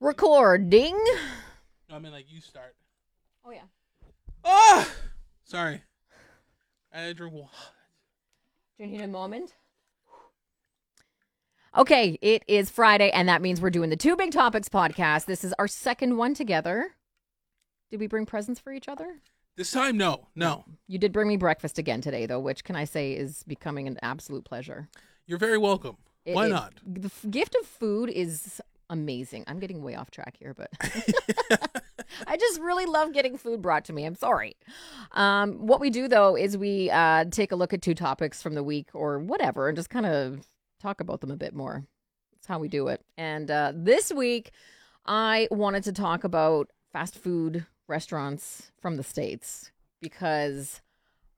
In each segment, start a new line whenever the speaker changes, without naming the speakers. Recording.
No, I mean like you start.
Oh yeah.
Ah, sorry. I had to drink water.
Do you need a moment? Okay, it is Friday, and that means we're doing the Two Big Topics podcast. This is our second one together. Did we bring presents for each other?
This time, no, no.
You did bring me breakfast again today, though, which can I say is becoming an absolute pleasure.
You're very welcome.
It-
Why
it-
not?
The f- gift of food is amazing. I'm getting way off track here, but I just really love getting food brought to me. I'm sorry. Um, what we do though is we uh, take a look at two topics from the week or whatever, and just kind of talk about them a bit more. That's how we do it. And uh, this week, I wanted to talk about fast food restaurants from the states because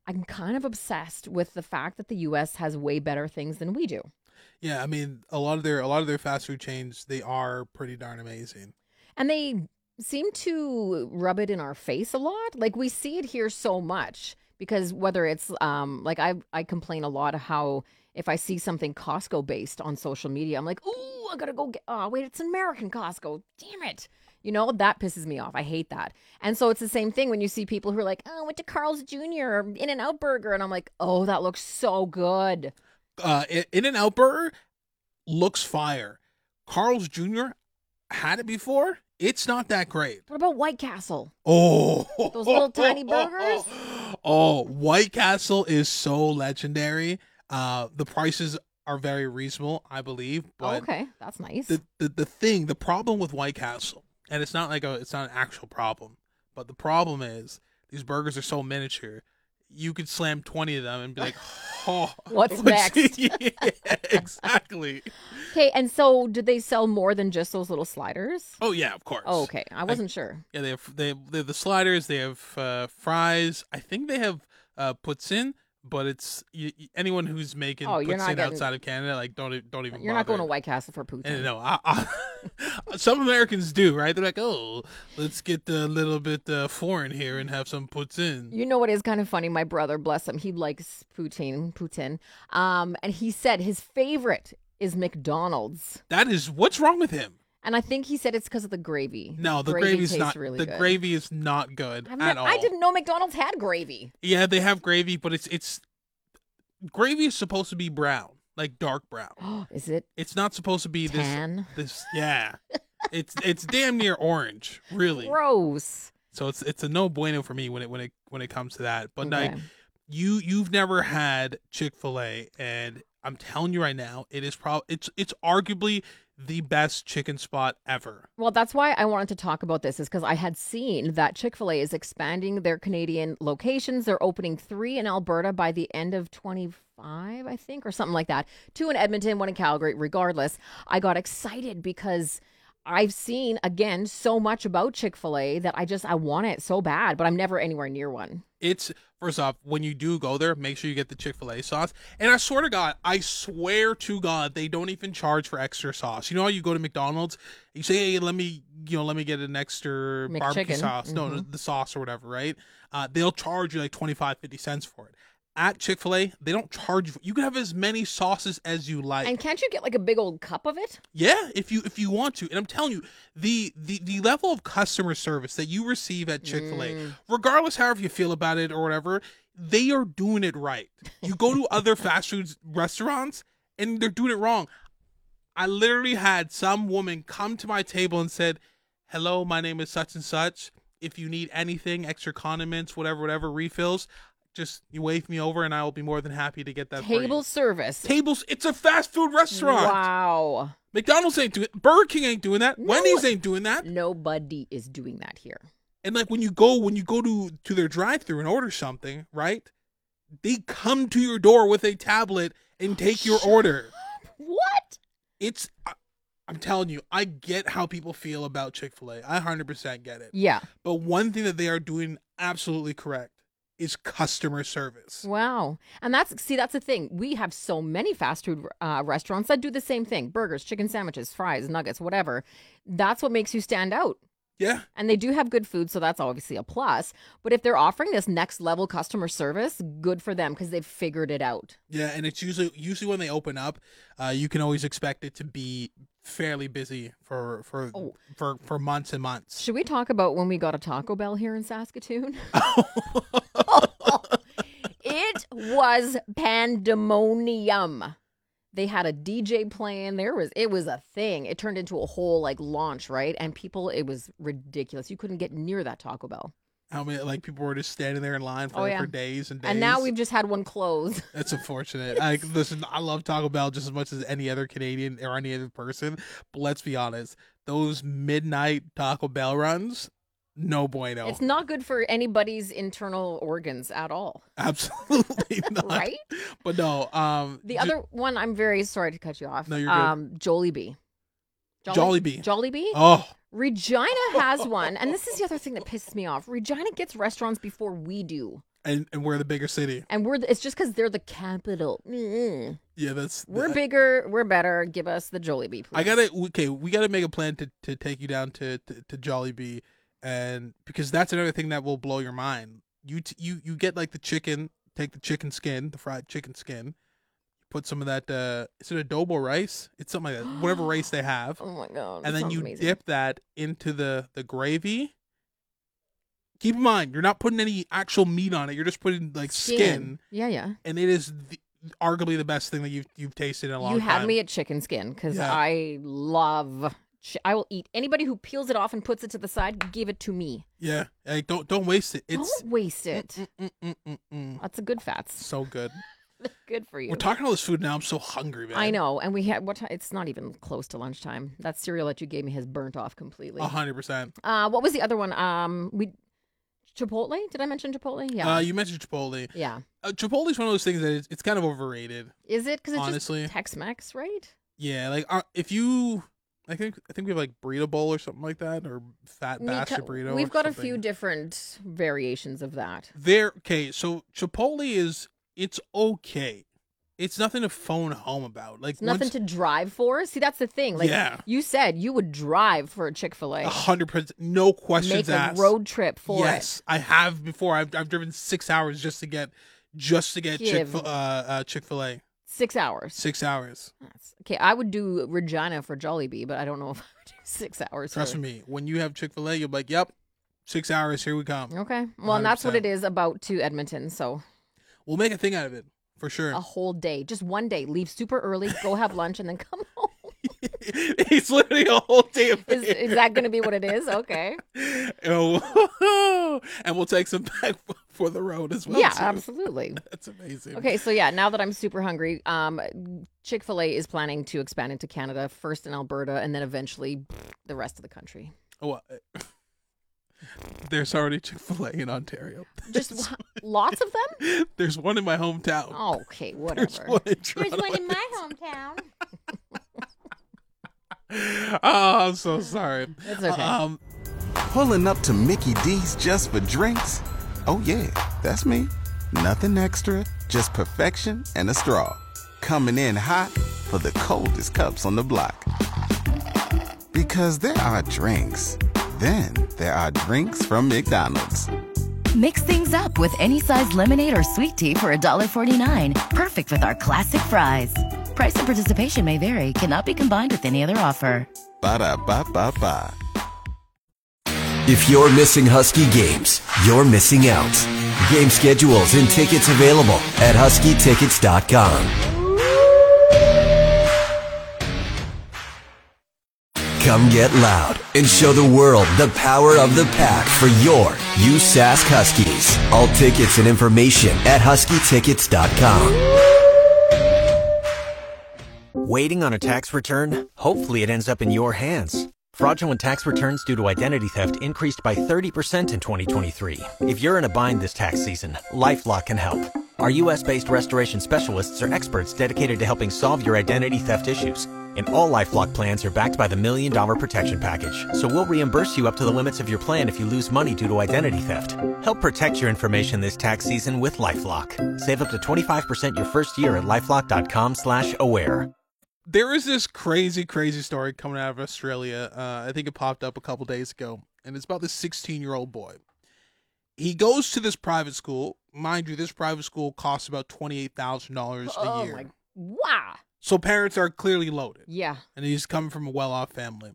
I'm kind of obsessed with the fact that the U.S. has way better things than we do.
Yeah, I mean a lot of their a lot of their fast food chains they are pretty darn amazing.
And they seem to rub it in our face a lot. Like we see it here so much because whether it's um like I I complain a lot how if I see something Costco based on social media, I'm like, "Ooh, I got to go get Oh, wait, it's an American Costco. Damn it." You know, that pisses me off. I hate that. And so it's the same thing when you see people who are like, "Oh, I went to Carl's Jr. or In-N-Out Burger." And I'm like, "Oh, that looks so good."
Uh, In and Out Burger looks fire. Carl's Jr. had it before. It's not that great.
What about White Castle?
Oh,
Those little tiny burgers?
Oh, White Castle is so legendary. Uh, the prices are very reasonable, I believe.
Oh,
But
okay, that's nice.
the, the the thing, the problem with White Castle, and it's not like a it's not an actual problem, but the problem is these burgers are so miniature. You could slam twenty of them and be like, "Oh,
What's next?"
yeah, exactly.
Okay, and so did they sell more than just those little sliders?
Oh yeah, of course.
Oh, okay. I wasn't sure.
Yeah, they have they have, they have the sliders. They have uh, fries. I think they have uh, puts in, but it's y y- anyone who's making
Oh,
puts
you're
in
not getting-
outside of Canada, like don't e- don't even.
You're not going
bother.
to White Castle for poutine.
And, uh, no, I, I, some Americans do, right? They're like, oh, let's get a little bit uh, foreign here and have some puts in.
You know what is kind of funny? My brother, bless him, he likes poutine, poutine. Um, and he said his favorite is McDonald's.
That is what's wrong with him.
And I think he said it's because of the gravy.
No, the
gravy
gravy's
tastes
not.
really
the
good.
gravy is not good
I've
at
never-
all.
I didn't know McDonald's had gravy.
Yeah, they have gravy, but it's it's gravy is supposed to be brown, like dark brown.
is it
It's not supposed to be this
tan?
This yeah. It's it's damn near orange, really.
Gross.
So it's it's a no bueno for me when it when it when it comes to that. But like
Okay.
you you've never had Chick-fil-A and I'm telling you right now, it is probably it's it's arguably the best chicken spot ever.
Well, that's why I wanted to talk about this, is because I had seen that Chick fil A is expanding their Canadian locations. They're opening three in Alberta by the end of 25, I think, or something like that. Two in Edmonton, one in Calgary. Regardless, I got excited because. I've seen again so much about Chick-fil-A that I just I want it so bad, but I'm never anywhere near one.
It's first off, when you do go there, make sure you get the Chick-fil-A sauce. And I swear to God, I swear to God, they don't even charge for extra sauce. You know how you go to McDonald's, you say, Hey, let me you know, let me get an extra barbecue
McChicken.
sauce. No, the sauce or whatever, right? Uh, they'll charge you like 25, 50 cents for it. At Chick-fil-A, they don't charge you. You can have as many sauces as you like.
And can't you get like a big old cup of it?
Yeah, if you if you want to, and I'm telling you, the the the level of customer service that you receive at Chick Fil A, regardless however you feel about it or whatever, they are doing it right. You go to other fast food restaurants, and they're doing it wrong. I literally had some woman come to my table and said, "Hello, my name is such and such. If you need anything, extra condiments, whatever, whatever refills, just you wave me over, and I will be more than happy to get that." for you."
Table service.
Tables. It's a fast food restaurant.
Wow.
McDonald's ain't doing Burger King ain't doing that.
No.
Wendy's ain't doing that.
Nobody is doing that here.
And like when you go when you go to to their drive through and order something, right? They come to your door with a tablet and take your order.
What?
It's I, I'm telling you, I get how people feel about Chick-fil-A. I 100% get it.
Yeah.
But one thing that they are doing absolutely correct is customer service.
Wow. And that's, see, that's the thing. We have so many fast food uh, restaurants that do the same thing burgers, chicken sandwiches, fries, nuggets, whatever. That's what makes you stand out.
Yeah.
And they do have good food, so that's obviously a plus. But if they're offering this next level customer service, good for them because they've figured it out.
Yeah, and it's usually usually when they open up, uh, you can always expect it to be fairly busy for for
Oh.
for for months and months.
Should we talk about when we got a Taco Bell here in Saskatoon? it was pandemonium. They had a DJ playing. There was it was a thing. It turned into a whole like launch, right? And people, it was ridiculous. You couldn't get near that Taco Bell.
How many like people were just standing there in line for,
Oh, yeah.
for days and days.
And now we've just had one close.
That's unfortunate. I listen, I love Taco Bell just as much as any other Canadian or any other person. But let's be honest, those midnight Taco Bell runs, no bueno.
It's not good for anybody's internal organs at all,
Absolutely not.
right?
But no, um
The
J-
other one, I'm very sorry to cut you off.
No, you're good.
um, Jollibee.
Jollibee.
Jollibee.
Oh,
Regina has one, and this is the other thing that pisses me off. Regina gets restaurants before we do,
and, and we're the bigger city.
and we're the, it's just because they're the capital. Mm-mm.
Yeah, that's
We're
that-
bigger, we're better. Give us the Jollibee, please.
I gotta okay. We gotta make a plan to, to take you down to to, to Jollibee, and because that's another thing that will blow your mind. You t- you you get like the chicken. Take the chicken skin, the fried chicken skin. Put some of that. Uh, is it adobo rice? It's something like that. Whatever rice they have,
Oh my god! that
and then
sounds
you
amazing.
dip that into the the gravy. Keep in mind, you're not putting any actual meat on it. You're just putting like skin,
Yeah, yeah.
and it is the, arguably the best thing that you've you've tasted in a long
You
time.
had me at chicken skin because
Yeah.
I love. Chi- I will eat anybody who peels it off and puts it to the side. Give it to me.
Yeah, like don't don't waste it. It's
Don't waste it.
Mm, mm, mm, mm, mm.
That's a good fats.
So good.
Good for you.
We're talking all this food now. I'm so hungry, man.
I know, and we had what time? It's not even close to lunchtime. That cereal that you gave me has burnt off completely.
A hundred percent.
Uh, what was the other one? Um, we Chipotle. Did I mention Chipotle? Yeah,
Uh, you mentioned Chipotle.
yeah.
Uh, Chipotle is one of those things that is, it's kind of overrated,
Is it because it's
honestly.
just Tex-Mex, right?
Yeah, like uh, if you, I think I think we have like burrito bowl or something like that, or fat
We
bastard
co-
burrito.
We've
or
got a
something.
few different variations of that.
There. Okay, so Chipotle is it's okay. It's nothing to phone home about. Like
It's nothing to drive for. See, that's the thing. Like
Yeah.
you said, you would drive for a Chick Fil
a
A,
hundred percent, no
make
questions
a
asked.
road trip for
yes, I have before. I've, I've driven six hours just to get just to get Chick
Give.
uh, uh, Chick Fil A.
it. Six hours.
Six hours.
That's- Okay, I would do Regina for Jollibee, but I don't know if I would do six hours.
Trust
for...
me. When you have Chick Fil A, you're like, "Yep, six hours. Here we come."
Okay. Well, and that's what it is about to Edmonton. So
We'll make a thing out of it for sure.
a whole day, just one day, leave super early, go have lunch, and then come home.
it's literally a whole day of
Is, is that going to be what it is? Okay.
and, we'll, and we'll take some back for- for the road as well. uh,
yeah,
too.
absolutely.
That's amazing.
Okay, so yeah, now that I'm super hungry, um, Chick Fil A is planning to expand into Canada, first in Alberta, and then eventually the rest of the country.
Oh, well, uh, there's already Chick Fil A in Ontario.
Just wha- lots of them.
There's one in my hometown.
Okay,
there's
whatever.
one in Toronto.
in my hometown.
oh, I'm so sorry.
It's okay.
Um,
Pulling up to Mickey D's just for drinks? Oh, yeah, that's me. Nothing extra, just perfection and a straw. Coming in hot for the coldest cups on the block. Because there are drinks, then there are drinks from McDonald's.
Mix things up with any size lemonade or sweet tea for $1.49. Perfect with our classic fries. Price and participation may vary, cannot be combined with any other offer.
Ba da ba ba ba.
If you're missing Husky games, you're missing out. Game schedules and tickets available at huskytickets.com. Come get loud and show the world the power of the pack for your USASC Huskies. All tickets and information at huskytickets.com.
Waiting on a tax return? Hopefully, it ends up in your hands. Fraudulent tax returns due to identity theft increased by 30% in 2023. If you're in a bind this tax season, LifeLock can help. Our US based restoration specialists are experts dedicated to helping solve your identity theft issues. And all LifeLock plans are backed by the Million Dollar Protection Package. So we'll reimburse you up to the limits of your plan if you lose money due to identity theft. Help protect your information this tax season with LifeLock. Save up to 25% your first year at LifeLock.com slash aware.
there is this crazy, crazy story coming out of Australia. Uh, I think it popped up a couple days ago, and it's about this 16 year old boy. He goes to this private school. Mind you, this private school costs about $28,000 a
oh
year.
my! Wow.
So parents are clearly loaded,
Yeah.
and he's coming from a well-off family.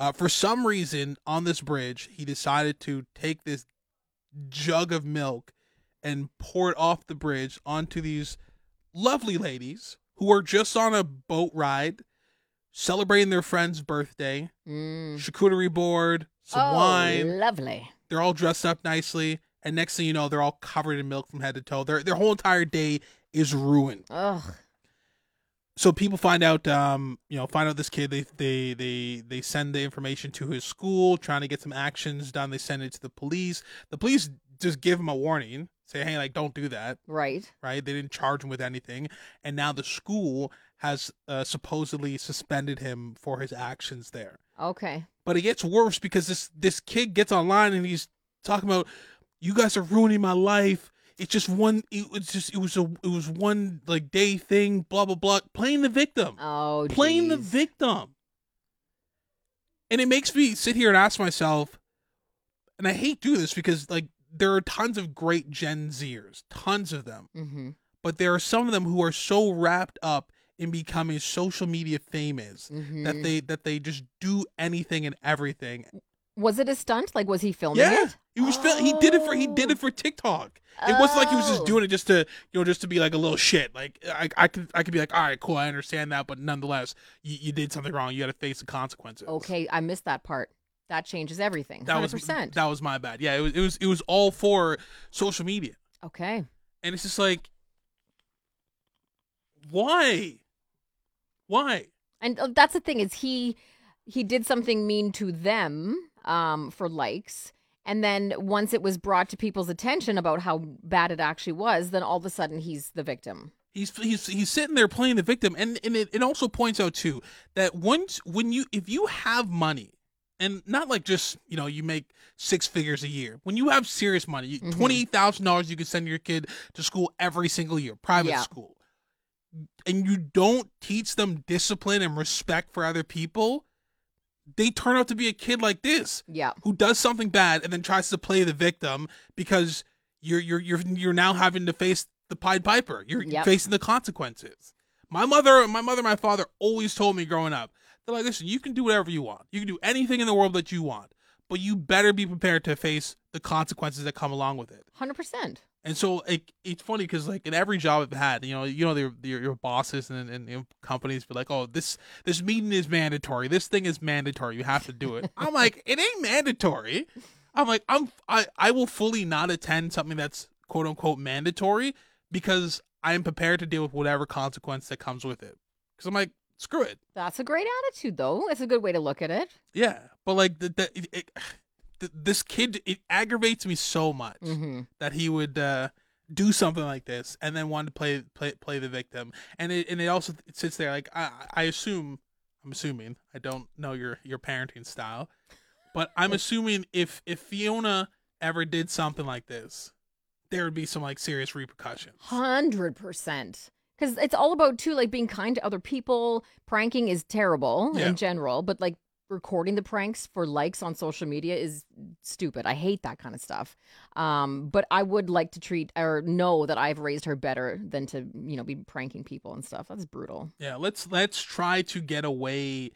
Uh, for some reason, on this bridge, he decided to take this jug of milk and pour it off the bridge onto these lovely ladies who are just on a boat ride, celebrating their friend's birthday,
Mm.
charcuterie board, some
oh,
wine
lovely.
they're all dressed up nicely, and next thing you know, they're all covered in milk from head to toe. Their their whole entire day is ruined.
Ugh.
So people find out, um, you know, find out this kid. They they they they send the information to his school, trying to get some actions done. They send it to the police. The police just give him a warning, say, hey, like don't do that,
Right.
right? They didn't charge him with anything, and now the school has uh, supposedly suspended him for his actions there
Okay.
but it gets worse because this this kid gets online and he's talking about you guys are ruining my life it's just one it was just it was a it was one like day thing blah blah blah playing the victim
Oh,
playing the
jeez.
victim and it makes me sit here and ask myself and i hate do this because like there are tons of great gen zers tons of them
Mhm.
but there are some of them who are so wrapped up in becoming social media famous that
Mhm.
they that they just do anything and everything
Was it a stunt? Like, was he filming
yeah,
it?
he was. fil- he did it for. He did
Oh.
it for TikTok. It wasn't like he was
Oh.
just doing it just to you know just to be like a little shit. Like I I could I could be like all right cool I understand that but nonetheless you, you did something wrong you got to face the consequences.
Okay, I missed that part. That changes everything.
that was
100%.
that was my bad. Yeah, it was it was it was all for social media
okay.
and it's just like why why
And uh, that's the thing is he he did something mean to them um, for likes, and then once it was brought to people's attention about how bad it actually was, then all of a sudden he's the victim.
He's, he's he's sitting there playing the victim, and and it, it also points out too that once when you if you have money, and not like just you know you make six figures a year, when you have serious money, you-
Mhm.
twenty eight thousand dollars you can send your kid to school every single year, private
Yeah.
school, and you don't teach them discipline and respect for other people, they turn out to be a kid like this
Yeah.
who does something bad and then tries to play the victim because you're you're you're you're now having to face the Pied Piper. You're
Yep.
facing the consequences. My mother, my mother, and my father always told me growing up, they're like, listen, you can do whatever you want. You can do anything in the world that you want, but you better be prepared to face the consequences that come along with it.
100%.
And so it, it's funny because like in every job I've had, you know, you know, your your, your bosses and, and, and companies be like, oh, this this meeting is mandatory. This thing is mandatory. You have to do it. I'm like, it ain't mandatory. I'm like, I'm I, I will fully not attend something that's quote unquote mandatory because I am prepared to deal with whatever consequence that comes with it. Because I'm like, screw it.
That's a great attitude, though. It's a good way to look at it.
Yeah, but like the, the, it, it, th this kid, it aggravates me so much
Mm-hmm.
that he would uh, do something like this and then wanted to play play play the victim. And it and it also it sits there like I I assume I'm assuming I don't know your your parenting style, but I'm assuming if if Fiona ever did something like this, there would be some like serious repercussions.
Hundred percent. Because it's all about too, like being kind to other people. Pranking is terrible
Yeah.
in general, but like recording the pranks for likes on social media is stupid. I hate that kind of stuff. Um, but I would like to treat or know that I've raised her better than to you know be pranking people and stuff. That's brutal.
Yeah, let's let's try to get away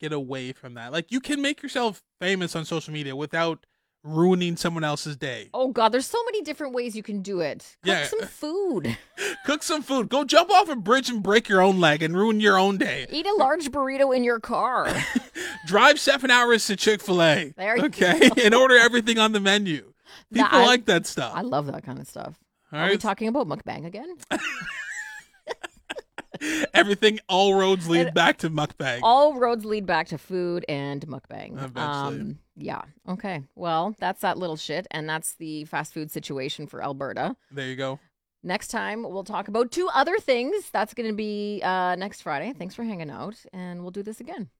get away from that. Like you can make yourself famous on social media without ruining someone else's day.
Oh God, there's so many different ways you can do it. Cook
Yeah. uh,
some food.
Cook some food. Go jump off a bridge and break your own leg and ruin your own day.
Eat a large burrito in your car.
Drive seven hours to Chick Fil A.
There you
Okay, and order everything on the menu.
Nah,
People
I-
like that stuff.
I love that kind of stuff.
all
Are we
right,
talking about mukbang again?
everything. All roads lead
And-
back to mukbang.
all roads lead back to food and mukbang.
Eventually.
Um, yeah. Okay. Well, that's that little shit, and that's the fast food situation for Alberta.
there you go.
Next time, we'll talk about two other things. That's going to be uh, next Friday. Thanks for hanging out, and we'll do this again.